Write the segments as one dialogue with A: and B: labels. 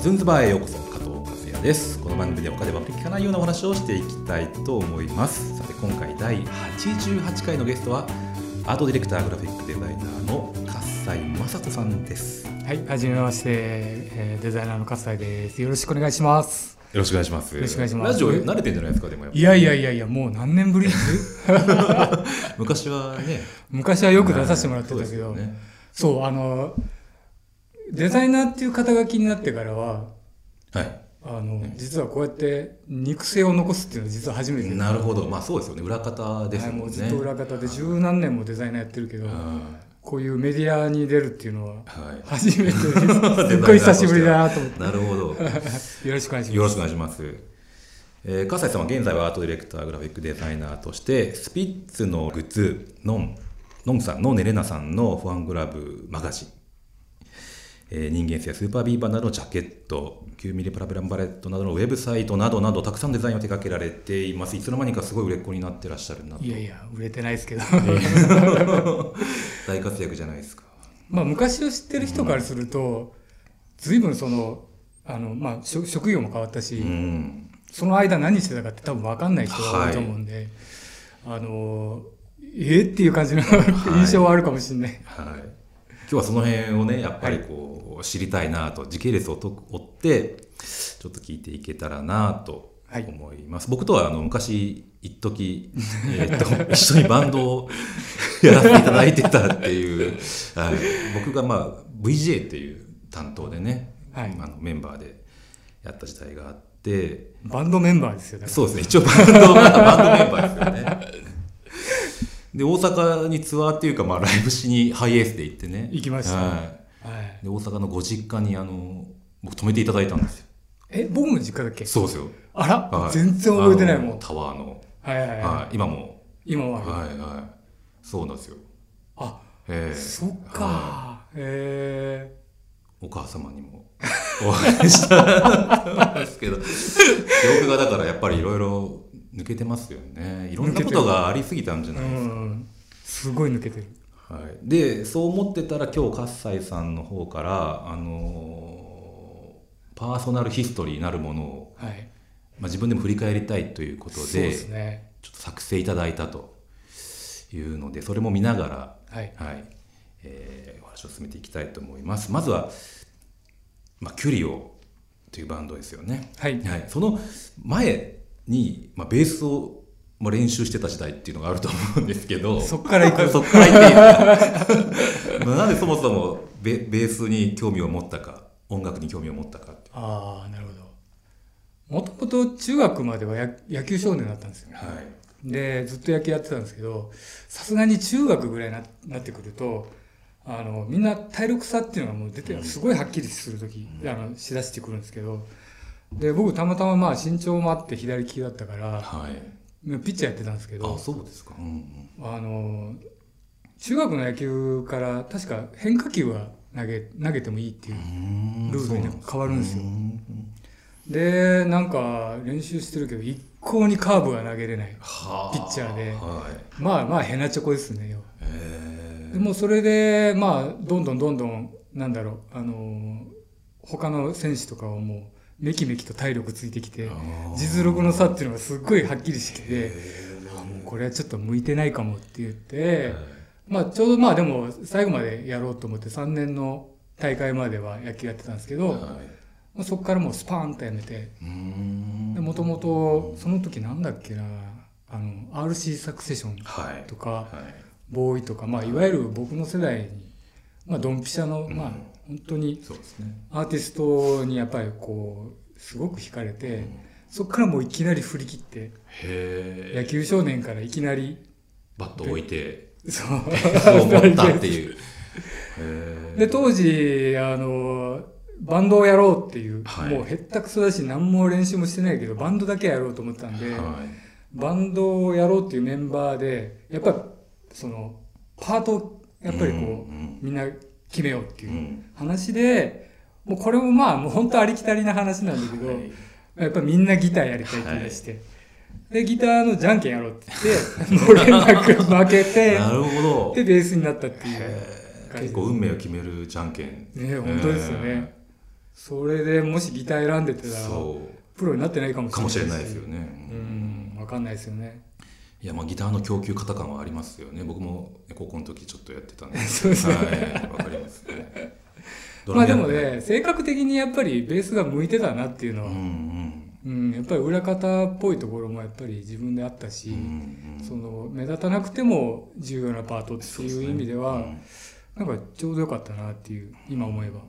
A: ズンズバーへようこそ加藤和也ですこの番組で他では聞かないようなお話をしていきたいと思いますさて今回第88回のゲストはアートディレクターグラフィックデザイナーの葛西雅人さんですよ
B: はい、はじめまして、えーデザイナーの笠井です。よろしくお願いします。
A: ろしくお願いします
B: よろしくお願いします
A: ラジオ慣れてんじゃないですかでもやっぱ
B: いやいやいやいや、もう何年ぶり
A: 昔はね
B: 昔はよく出させてもらってたけど、
A: そうですよね
B: そう、あの、デザイナーっていう肩書きになってからは、
A: はい
B: あの、実はこうやって肉声を残すっていうのは実は初めて。
A: なるほどまあそうですよね裏方です
B: はい、
A: も
B: も
A: ん
B: う
A: ね、
B: ずっと裏方で十何年もデザイナーやってるけど、
A: うん
B: こういうメディアに出るっていうのは
A: はい
B: 初めて です。すっごい久しぶりだなと思っ
A: なるほど
B: て。よ ろしくお願いし
A: よろ
B: ま
A: し
B: す。
A: くお願いします。えー、笠井さんは現在はアートディレクター、グラフィックデザイナーとして、スピッツのグッズ、ノン、ノンさんのネレナさんのファングラブマガジン、えー人間性やスーパービーバーなどのジャケット、9ミリプラペランバレットなどのウェブサイトなどなど、たくさんデザインを手掛けられています。いつの間にかすごい売れっ子になってらっしゃるなと
B: い。やいや、売れてないですけど。
A: 大活躍じゃないですか。
B: まあ、昔を知ってる人からすると、随分その、あの、まあ、職職業も変わったし、
A: うん。
B: その間何してたかって多分分かんない人が多いと思うんで、あの、えっていう感じの印象はあるかもしれない。
A: はい、今日はその辺をねやっぱりこう知りたいなと時系列をと追ってちょっと聞いていけたらなと
B: はい
A: 思います、僕とはあの昔一時、えーと一緒にバンドをやらせていただいてたっていう、 はい、僕が、まあ、VJ っていう担当でね、
B: はい
A: あのメンバーでやった時代があって
B: バンドメンバーですよ、だか
A: そうですね一応バンドがバンドメンバーですよね。で大阪にツアーっていうか、まあ、ライブしにハイエースで行ってね
B: 行きました
A: はい
B: らはい。
A: で大阪のご実家にあの僕泊めていただいたんですよ
B: え、僕の実家だっけ
A: そうですよ、
B: あら、
A: はい
B: 全然覚えてない
A: あ
B: もん
A: の。タワーの、
B: はいはいはい。
A: はい、今も
B: 今は、
A: はいはいそうなんですよ
B: あ、
A: ええ
B: そっ
A: は
B: か。えー
A: いお母様にもお会いしたんですけど記憶がだからやっぱりいろいろ抜けてますよねいろんなことがありすぎたんじゃ
B: う
A: ないですか、
B: ん。すごい抜けてる。
A: はい、でそう思ってたら今日葛西さんの方から、あのーパーソナルヒストリーなるものを、
B: はい。
A: まあ、自分でも振り返りたいということ
B: そうですね。
A: ちょっと作成いただいたというのでそれも見なが
B: はい。
A: ら、はいえーお話を進めていきたいと思いますまずは、まあ、キュリオというバンドですよね、
B: はい
A: はい、その前に、まあ、ベースを、まあ、練習してた時代っていうのがあると思うんですけど
B: そっから行 く
A: そっから行っていいですかま あなんでそもそもベベースに興味を持ったか音楽に興味を持ったかって
B: ああなるほどもともと中学まではや野球少年だったんですよ
A: はい
B: でずっと野球やってたんですけどさすがに中学ぐらいにななってくるとあのみんな体力差っていうのがもう出てすごいはっきりする時、あのしだしてくるんですけどで僕たまたままあ身長もあって左利きだったから
A: はい
B: ピッチャーやってたんですけ
A: あ
B: ど
A: そうですか、うんうん、
B: あの中学の野球から確か変化球は投げ投げてもいいっていうルールに変わるんですよ
A: うん
B: でなんか練習してるけど一向にカーブが投げれない
A: はあ
B: ピッチャーで
A: はい
B: まあまあヘナチョコですね要は
A: え
B: でもうそれでまあどんどんどんどんなんだろうあのー他の選手とかはもうめきめきと体力ついてきて
A: あー
B: 実力の差っていうのがすっごいはっきりしてきてあもうこれはちょっと向いてないかもって言ってまあちょうどまあでも最後までやろうと思って3年の大会までは野球やってたんですけど、ま
A: は
B: あそこからもうスパーンとやめて
A: いうん
B: でもともとその時なんだっけなあの RC サクセション
A: はい
B: とか
A: はい
B: ボーイとか、まあ、いわゆる僕の世代に、まあ、ドンピシャの、まあ、本当に
A: そうですね
B: アーティストにやっぱりこうすごく惹かれてそこからもういきなり振り切って
A: へえ
B: 野球少年からいきなり
A: バットを置いて
B: そう
A: そう思ったっていうへえ
B: で当時あのバンドをやろうっていう、
A: はい
B: もうへったくそだし何も練習もしてないけどバンドだけはやろうと思ったんで。
A: はい
B: バンドをやろうっていうメンバーでやっぱりそのパートをやっぱりこう、
A: うん
B: みんな決めようって
A: う
B: いうん話で、もうこれもまあもう本当ありきたりな話なんだけど、
A: はい
B: やっぱみんなギターやりたいって言い出して、でギターのじゃんけんやろうって言ってもう 連絡負けて
A: なるほど
B: でベースになったっていう
A: へえ結構運命を決めるじゃんけん
B: ね本当ですよね、それでもしギター選んでてたら
A: そ
B: プロになってないかも
A: う
B: しれ
A: か
B: ない
A: もしれないですよね、
B: う
A: うん
B: ん分かんないですよね
A: いやまあギターの供給型感はありますよね僕もね高校の時ちょっとやってたんで
B: そうですね、
A: はいわかりますね
B: まあでも
A: ドラムやっ
B: ね性格的にやっぱりベースが向いてたなっていうの
A: ぱ
B: は、
A: う
B: うん
A: ん
B: やっぱり裏方っぽいところもやっぱり自分であったし、
A: うんうんうん
B: その目立たなくても重要なパートって
A: そうです
B: い
A: ね
B: う意味で
A: う
B: は
A: ん
B: なんかちょうどよかったなっていう今思えば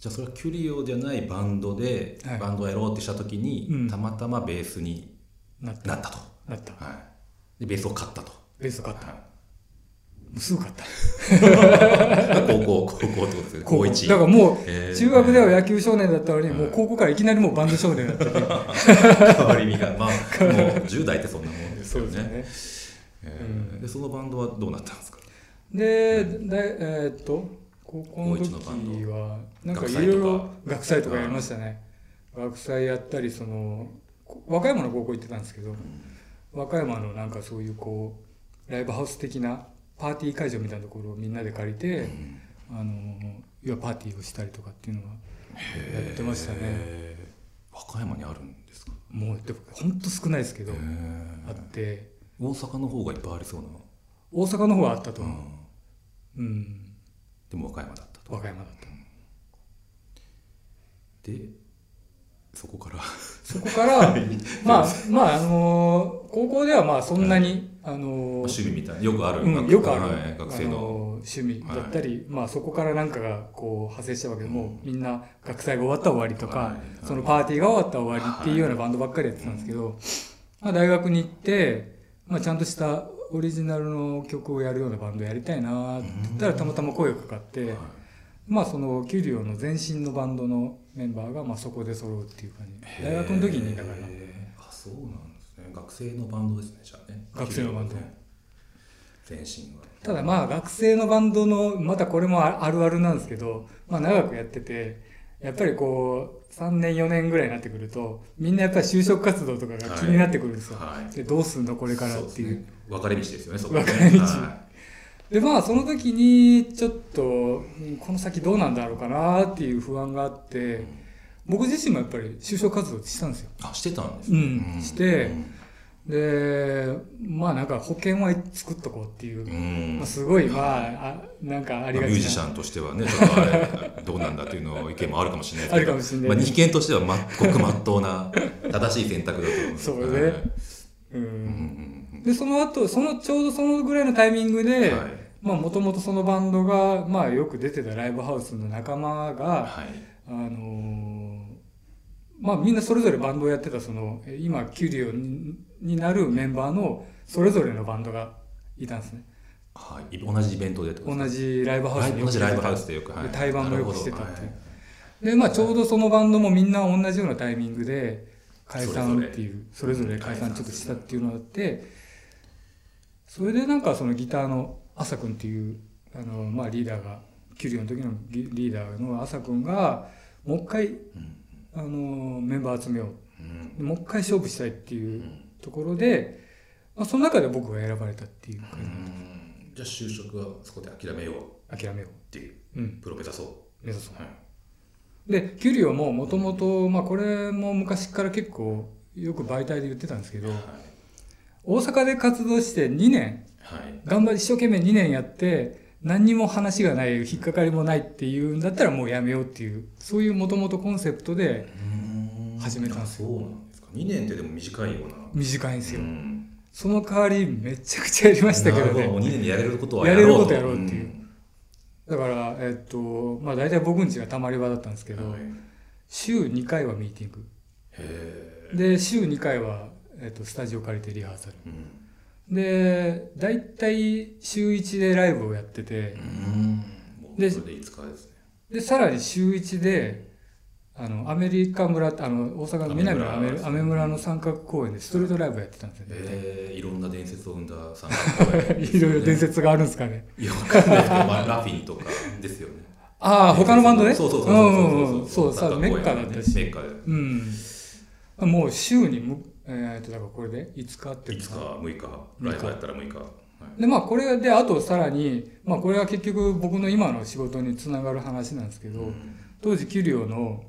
A: じゃあそれはキュリオじゃないバンドで、
B: はい
A: バンドをやろうってした時に、
B: うん
A: たまたまベースに
B: なった
A: なったと、
B: なった
A: はい、でベースを買ったと、
B: ベース買った
A: は
B: もうすぐ買った
A: い、 高校高校ってことですよね高一
B: だからも
A: え
B: う
A: ー
B: 中学では野球少年だったのに、
A: はい
B: もう高校からいきなりもうバンド少年 だったね
A: 変わり身 がまあもう10代ってそんなもんですよね
B: すね
A: えーでそのバンドはどうなったんですか
B: でだえーっと高校の
A: 高一
B: 時
A: のバン
B: はなんか
A: 学
B: い
A: 祭
B: ろい
A: と
B: ろ
A: か
B: 学祭とかやりましたね学祭やったりそのこ和歌山の高校行ってたんですけど和歌山のなんかそういうこうライブハウス的なパーティー会場みたいなところをみんなで借りて、あの要はパーティーをしたりとかっていうのはやってましたね
A: えー和歌山にあるんですか
B: もうでもほんと少ないですけど、
A: へー
B: あって
A: 大阪の方がいっぱいありそうな、
B: 大阪の方はあったと
A: う
B: 思
A: ん、
B: う、うん、
A: でも和歌山だったと
B: 和歌山だった
A: でそこから
B: そこからまあまああのー高校ではまあそんなに、あのー
A: 趣味みたいなよくある、
B: うん、よくある、
A: はい学生
B: あの
A: の
B: ー趣味だったり、まあ、そこからなんかがこう派生したわけでもうみんな学祭が終わったら終わりとか、
A: はい
B: そのパーティーが終わったら終わりっていうようなバンドばっかりやってたんですけど、まあ、大学に行って、まあ、ちゃんとしたオリジナルの曲をやるようなバンドやりたいなって言ったらたまたま声がかかって、
A: はい
B: まあそのキュリオの前身のバンドのメンバーがまあそこで揃うっていう感じ
A: へー
B: 大学の時にだから
A: あそうなんですね学生のバンドですねじゃあね
B: 学生のバンド
A: ね全身は
B: ただまあ学生のバンドのまたこれもああるあるなんですけど、まあ、長くやっててやっぱりこう3年4年ぐらいになってくるとみんなやっぱり就職活動とかが気になってくるんですよ、
A: はい
B: でどうすんのこれからっていう
A: そですね分かれ道ですよねそこね
B: 分かれ道
A: は
B: でまあその時にちょっとうんこの先どうなんだろうかなっていう不安があって、
A: ん
B: 僕自身もやっぱり就職活動したんですよ
A: いあしてたんです
B: うんして
A: うん
B: でまあなんか保険は作っとこうっていう、
A: うん
B: まあ、すごいまああなんかあり
A: ま
B: が
A: あミュ
B: ちな
A: ージシャンとしてはね、ちょっとあれ、どうなんだというの意見もあるかもしれないですけど、
B: あるかもしれない
A: まあ、人間としては、ま、ごくまっとうな、正しい選択だと思うんです
B: そうね
A: はい
B: うん
A: うん
B: でその後そのちょうどそのぐらいのタイミング
A: うんう
B: で、
A: んはい。
B: まあもともとそのバンドが、まあ、よく出てたライブハウスの仲間が、
A: はい。
B: あのーまあ、みんなそれぞれバンドをやってたそのえ今キュリオにになるメンバーのそれぞれのバンドがいたんですね
A: はい。同じイベントでってこと
B: 同
A: です
B: じライブハウ
A: か
B: ス
A: 同じライブハウ
B: ス
A: スでよく、はい。
B: で対バンもよくしてた
A: な
B: っ
A: る
B: て
A: ほ
B: いう
A: どはい
B: でまあちょうどそのバンドもみんな同じようなタイミングで解散っていうそ
A: そ
B: れ
A: れ
B: ぞ
A: ぞ
B: れ
A: れ
B: 解散ちょっとしたっていうのがあってそれでなんかそのギターの朝くんっていうあのまあリーダーがキュリオの時のギリーダーの朝くんがもう一回
A: うん
B: あのメンバー集めよ
A: うん
B: うもう一回勝負したいって
A: う
B: いうんところで、まあ、その中で僕が選ばれたっていう
A: う
B: 感
A: んじゃあ、就職はそこで諦めようっ
B: じ諦めよ
A: ていう、
B: う、うん、
A: プロ目指そう。
B: 目指そう
A: はい
B: でキュリオももともとまあこれも昔から結構よく媒体で言ってたんですけど大阪で活動して2年
A: はい。
B: 頑張り一生懸命2年やって何にも話がない引っかかりもないっていうんだったらもうやめようっていうそういうもともとコンセプトで始めたんですよ
A: あそうなんですか。2年ってでも短いような。
B: 短いんですよ、
A: うん
B: その代わりめちゃくちゃやりましたけど
A: なるほもう
B: ね
A: 2年でやれることは
B: やれることやろ
A: う
B: うっていうだからえっとまあ大体僕ん家がたまり場だったんですけ
A: け
B: ど、
A: ど、はいへ
B: 週2回はミーティング
A: え、
B: で週2回は、えっと、スタジオ借りてリハーサル
A: うん
B: で大体週1でライブをやってて
A: も
B: で
A: うそれで5日ですね
B: でさらに週1であのアメリカ村ってあの大阪の南のア
A: ア
B: メ
A: メ村
B: アメ村の三角公園でストリートライブやってたんですよ、ね
A: ええいろんな伝説を生んだ3回
B: いろいろ伝説があるんですかね
A: いやわかんないですけど、まあ、ラフィンとかですよね
B: ああ他のバンドね
A: そうそうそううん
B: うんうん
A: そ
B: そうう
A: そう
B: さメッカだったし
A: メッカで
B: うんもう週にむえー、とだからこれで5日あって
A: 5
B: る
A: 日
B: のか
A: 6日
B: な
A: ライブやったら6日はい
B: でまあこれであとさらにまあこれは結局僕の今の仕事につながる話なんですけど、
A: うん
B: 当時給料の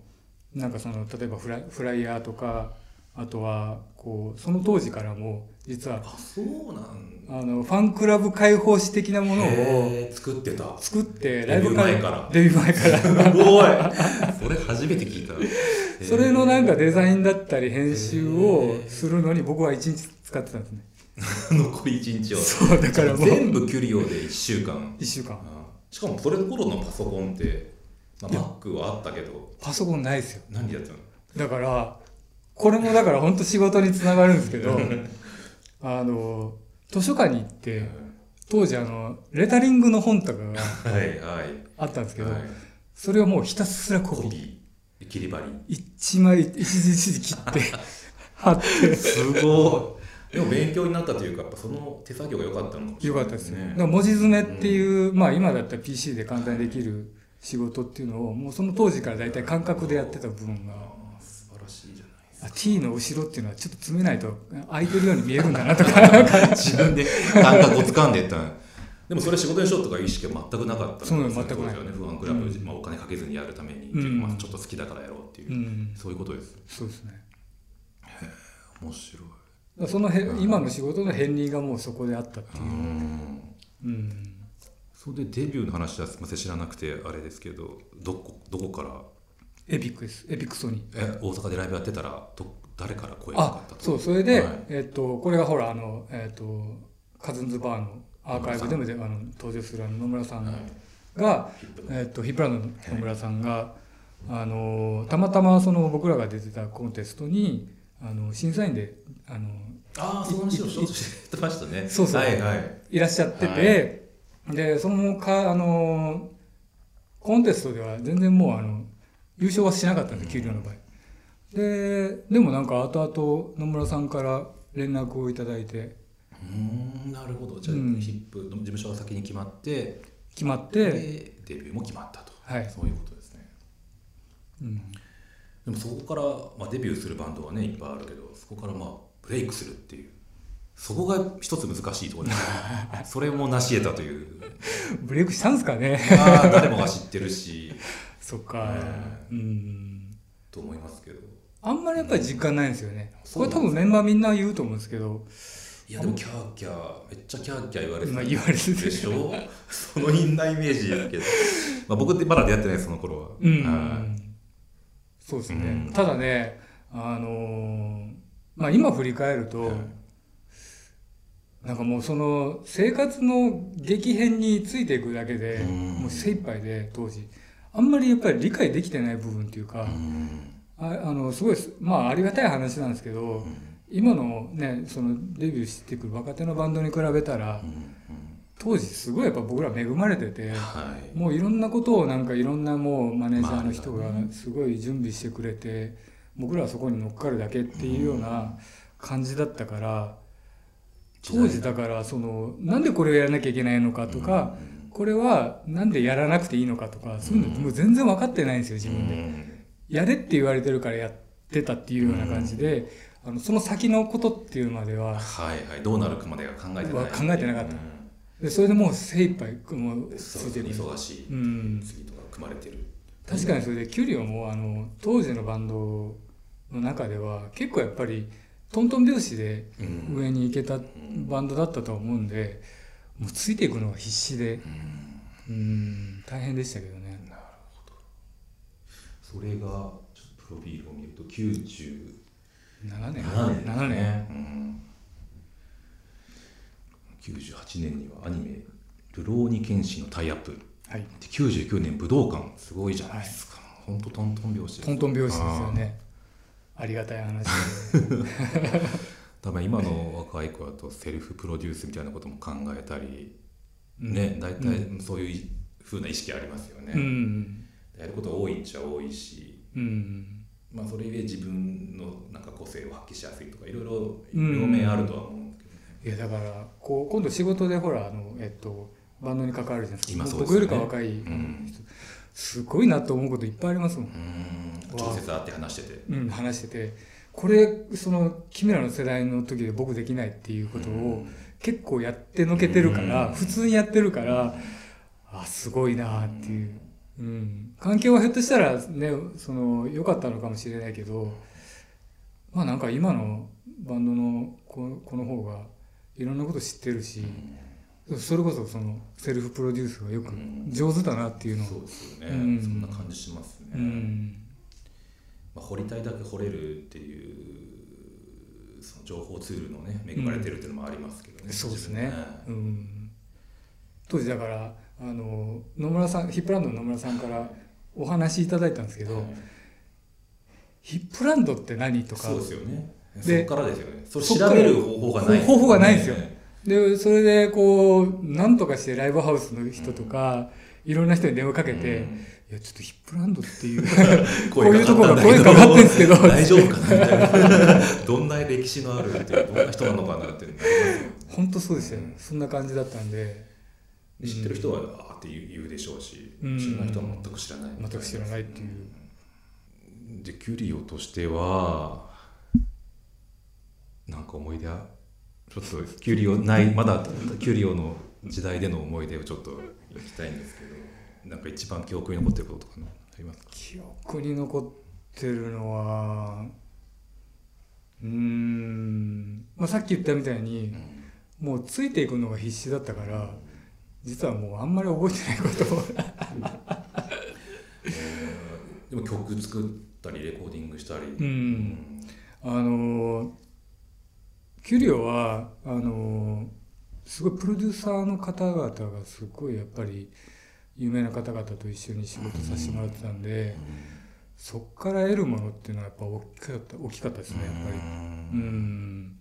B: なんかその例えばフライフライヤーとかあとはこうその当時からも実は
A: あそうなん
B: あのファンクラブ開放誌的なものを
A: へー作ってたす
B: 作ってライ
A: デビ
B: ブ
A: ュー前から
B: デビュー前から
A: ごいそれ初めて聞いた
B: それのなんかデザ
A: ン
B: インだったり編集をするのに僕は1日使ってたんですね
A: 残り1日を
B: そうだからもう
A: 全部キュリオで1週間
B: 1週間
A: しかもそれの頃のパソコンって、まあ、
B: いや
A: Mac はあったけど
B: パソコンないですよ
A: 何でやってたの
B: だからこれもだから本当仕事につながるんですけ どあの図書館に行って当時あのレタリングの本とかが
A: はいはい
B: あったんですけど、
A: はい
B: それをもうひたすらコ
A: コ
B: ピー
A: ピー切り張り
B: 一枚一字一字切って貼って
A: すごいでも勉強になったというかやっぱその手作業が良かったのかもしれ
B: よ
A: な
B: か
A: い
B: ったですねだから文字詰めっていう、まあ今だったら PC で簡単にできる仕事っていうのをもうその当時から大体感覚でやってた部分が
A: あー素晴らしいじゃない
B: あ T の後ろっていうのはちょっと詰めないと空いてるように見えるんだなとかなんか
A: 自分で感覚を掴んでいったでもそれ仕事にしようとかいう意識は全くなかったんです
B: そうなの
A: の
B: 全くな
A: 当
B: い
A: 時はね不安クラブ、
B: うん
A: まあ、お金かけずにやるために、
B: うん
A: まあ、ちょっと好きだからやろうっていうう、
B: ん
A: そういうことです
B: そうですね
A: 面白い
B: だからそのへ今の仕事の片りがもうそこであったっていう
A: う、ん
B: うん、
A: それでデビューの話はすみません知らなくてあれですけどどこどこから
B: エピックですエピックソニー
A: え大阪でライブやってたらど誰から声がかか
B: あ
A: ったと
B: そうそれで、
A: はい
B: えっとこれがほらあの、えっとカズンズバーのアーカイブでもであの登場するあの野村さん
A: は
B: が
A: い、
B: えっとヒップランドの野村さんが、あのたまたまその僕らが出てたコンテストにあの審査員であの
A: ああその話をしょっちゅう してましたね
B: そうそう
A: はいはい
B: いらっしゃってて、でそのかあのコンテストでは全然もうあの優勝はしなかったんです給料の場合。ででもなんか後々野村さんから連絡をいただいて
A: うーんなるほどじゃあ、
B: うん
A: ヒップの事務所が先に決まって
B: 決まって、
A: でデビューも決まったと、
B: はい
A: そういうことですね
B: うん、
A: でもそこから、まあ、デビューするバンドはねいっぱいあるけどそこからまあブレイクするっていうそこが一つ難しいところです ねそれも成し得たと いう
B: ブレイクしたんですかね
A: まあ誰もが知ってるし
B: そっか、うん
A: と思いますけど
B: あんまりやっぱり実感ないんですよね、
A: そ
B: こ
A: う
B: れ
A: なんです
B: 多分メンバーみんな言うと思うんですけど
A: いやでもキャーキャーめっちゃキャーキャー言われて
B: まあ言われてる
A: でしょ そのインナーイメージやけど、まあ、僕ってまだ出会ってないその頃は、
B: うん、
A: はい
B: そうですね、
A: うん
B: ただねあのーまあ今振り返ると、
A: はい
B: なんかもうその生活の激変についていくだけで、
A: うん
B: もう精一杯で当時あんまりやっぱり理解できてない部分っていうか、
A: うん
B: ああのすごいすまあありがたい話なんですけど、
A: うん
B: 今のねそのデビューしてくる若手のバンドに比べたら
A: うん
B: 当時すごいやっぱ僕ら恵まれてて
A: うんはい
B: もういろんなことをなんかいろんなもうマネージャーの人
A: ま
B: が
A: あね
B: すごい準備してくれて僕らはそこに乗っかるだけっていうような感じだったから当時だからそのなんでこれをやらなきゃいけないのかとかこれはなんでやらなくていいのかとかそういうのもう全然分かってないんですよ自分で。
A: うん
B: やれって言われてるからやってたっていうような感じで、あのその先のことっていうまで
A: は
B: は
A: いはいどうなるかまでは考えて
B: は
A: ない
B: 考えてなかった
A: うん
B: でそれでもう精一杯もうつ
A: そう
B: いて
A: で
B: る
A: すね忙しい、
B: うん、
A: 次とか組まれてる
B: 確かにそれでキュリオもあの当時のバンドの中では結構やっぱりトントン拍子で
A: うん
B: 上に行けたバンドだったと思うんでもうついていくのが必死で
A: うん
B: うん大変でしたけどね
A: なるほどそれがちょっとプロフィールを見ると97
B: 7年
A: 年
B: 7年
A: うん98年にはアニメ「流浪に剣士のタイアップ」
B: はい
A: で99年武道館すごいじゃないですか、ほんとトントン拍子
B: トントン拍子ですよねありがたい話 で
A: 多分今の若い子だとセルフプロデュースみたいなことも考えたり、ね大体そういう風な意識ありますよね、
B: うん
A: やること多いんちゃ多いし
B: うん
A: まあ、それゆえ自分のなんか個性を発揮しやすいとかいろいろ
B: うん
A: 両面あるとは思うんですけど、
B: いやだからこう今度仕事でほらあの、えっと、バンドに関わるじゃないですか
A: 今そうですよ
B: 僕よ
A: ね
B: りか若い、
A: ん
B: すごいなと思うこといっぱいありますもん、
A: うん直接会って話してて
B: うん、話しててこれその君らの世代の時で僕できないっていうことを結構やってのけてるから、
A: うん
B: 普通にやってるからあすごいなっていう、うん、環境はひょっとしたらねその良かったのかもしれないけどまあなんか今のバンドのここの方がいろんなこと知ってるし、それこそそのセルフプロデュースがよく
A: ん
B: 上手だなっていうのを、
A: そうですよね、
B: うん
A: そんな感じしますね、
B: うん
A: まあ、掘りたいだけ掘れるっていうその情報ツールのね恵まれてるっていうのもありますけどね、
B: そうですね、うん、当時だからあの野村さんヒップランドの野村さんからお話いただいたんですけ
A: 自分で
B: ど、
A: ねはい
B: ヒップランドって何とか
A: そうですよねそ
B: で
A: こからですよねそれ
B: そっから
A: 調べる方法がない、
B: 方法がないんですよ
A: ね
B: でそれでこうなんとかしてライブハウスの人とか、いろんな人に電話かけて、
A: うん
B: いやちょっとヒップランドっていうこう
A: 声
B: いうところが
A: かかったんだけど
B: 声かかってんですけど
A: 大丈夫かなみたいなどんな歴史のあるっていうどんな人なのかなっていうのがありますよね
B: 本当そうですよねそんな感じだったんでうん
A: 知ってる人はあーって言う言うでしょうし、
B: うん
A: 知らない人は全く知らない
B: 全く知らないっていう、
A: でキュリオとしてはなんか思い出はちょっとキュリオないまだキュリオの時代での思い出をちょっと聞きたいんですけどなんか一番記憶に残ってることとかありますか
B: 記憶に残ってるのはうーん、まあ、さっき言ったみたいに、もうついていくのが必死だったから実はもうあんまり覚えてないことを
A: でも曲作ったりレコーディングしたり、
B: う
A: うんん
B: あのーキュリオはあのーすごいプロデューサーの方々がすごいやっぱり有名な方々と一緒に仕事させてもらってたんで、そっから得るものっていうのはやっぱ大きかった大きかったですねやっぱり。う
A: うん
B: ん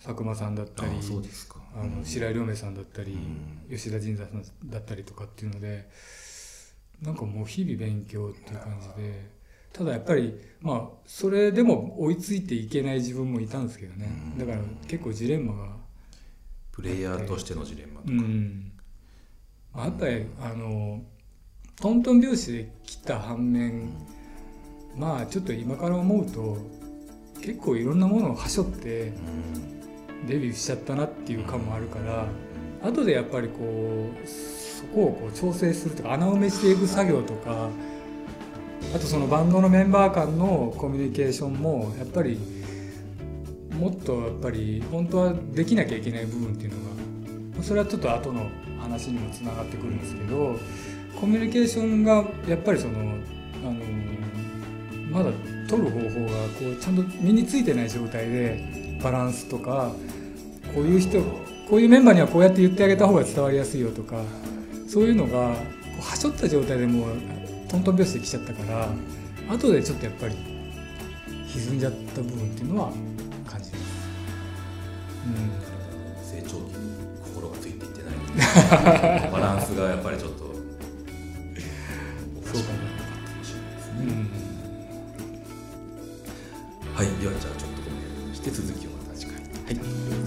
B: 佐久間さんだったり
A: あそうですか
B: あの白井亮明さんだったり、
A: う
B: 吉田神社さんだったりとかっていうのでなんかもう日々勉強っていう感じでただやっぱりまあそれでも追いついていけない自分もいたんですけどね
A: うん
B: だから結構ジレンマが、
A: プレイヤーとしてのジレンマと
B: う
A: か、
B: ん、あとはあのトントン拍子で来た反面まあちょっと今から思うと結構いろんなものをはしょって
A: うん
B: デビューしちゃったなっていう感もあるから後でやっぱりこうそこをこう調整するとか穴埋めしていく作業とかあとそのバンドのメンバー間のコミュニケーションもやっぱりもっとやっぱり本当はできなきゃいけない部分っていうのがそれはちょっと後の話にもつながってくるんですけどコミュニケーションがやっぱりそのあのまだ取る方法がこうちゃんと身についてない状態でバランスとかこういう人こういうメンバーにはこうやって言ってあげた方が伝わりやすいよとかそういうのがこうはしょった状態でもうトントン拍子で来ちゃったから後でちょっとやっぱり歪んじゃった部分っていうのは感じます。
A: 成長期に心がついていってない バランスがやっぱりちょっとおかしくなったかもしれないです
B: うん、うん、
A: はいではじゃあちょっとこの辺にして続きをまた次回。
B: はい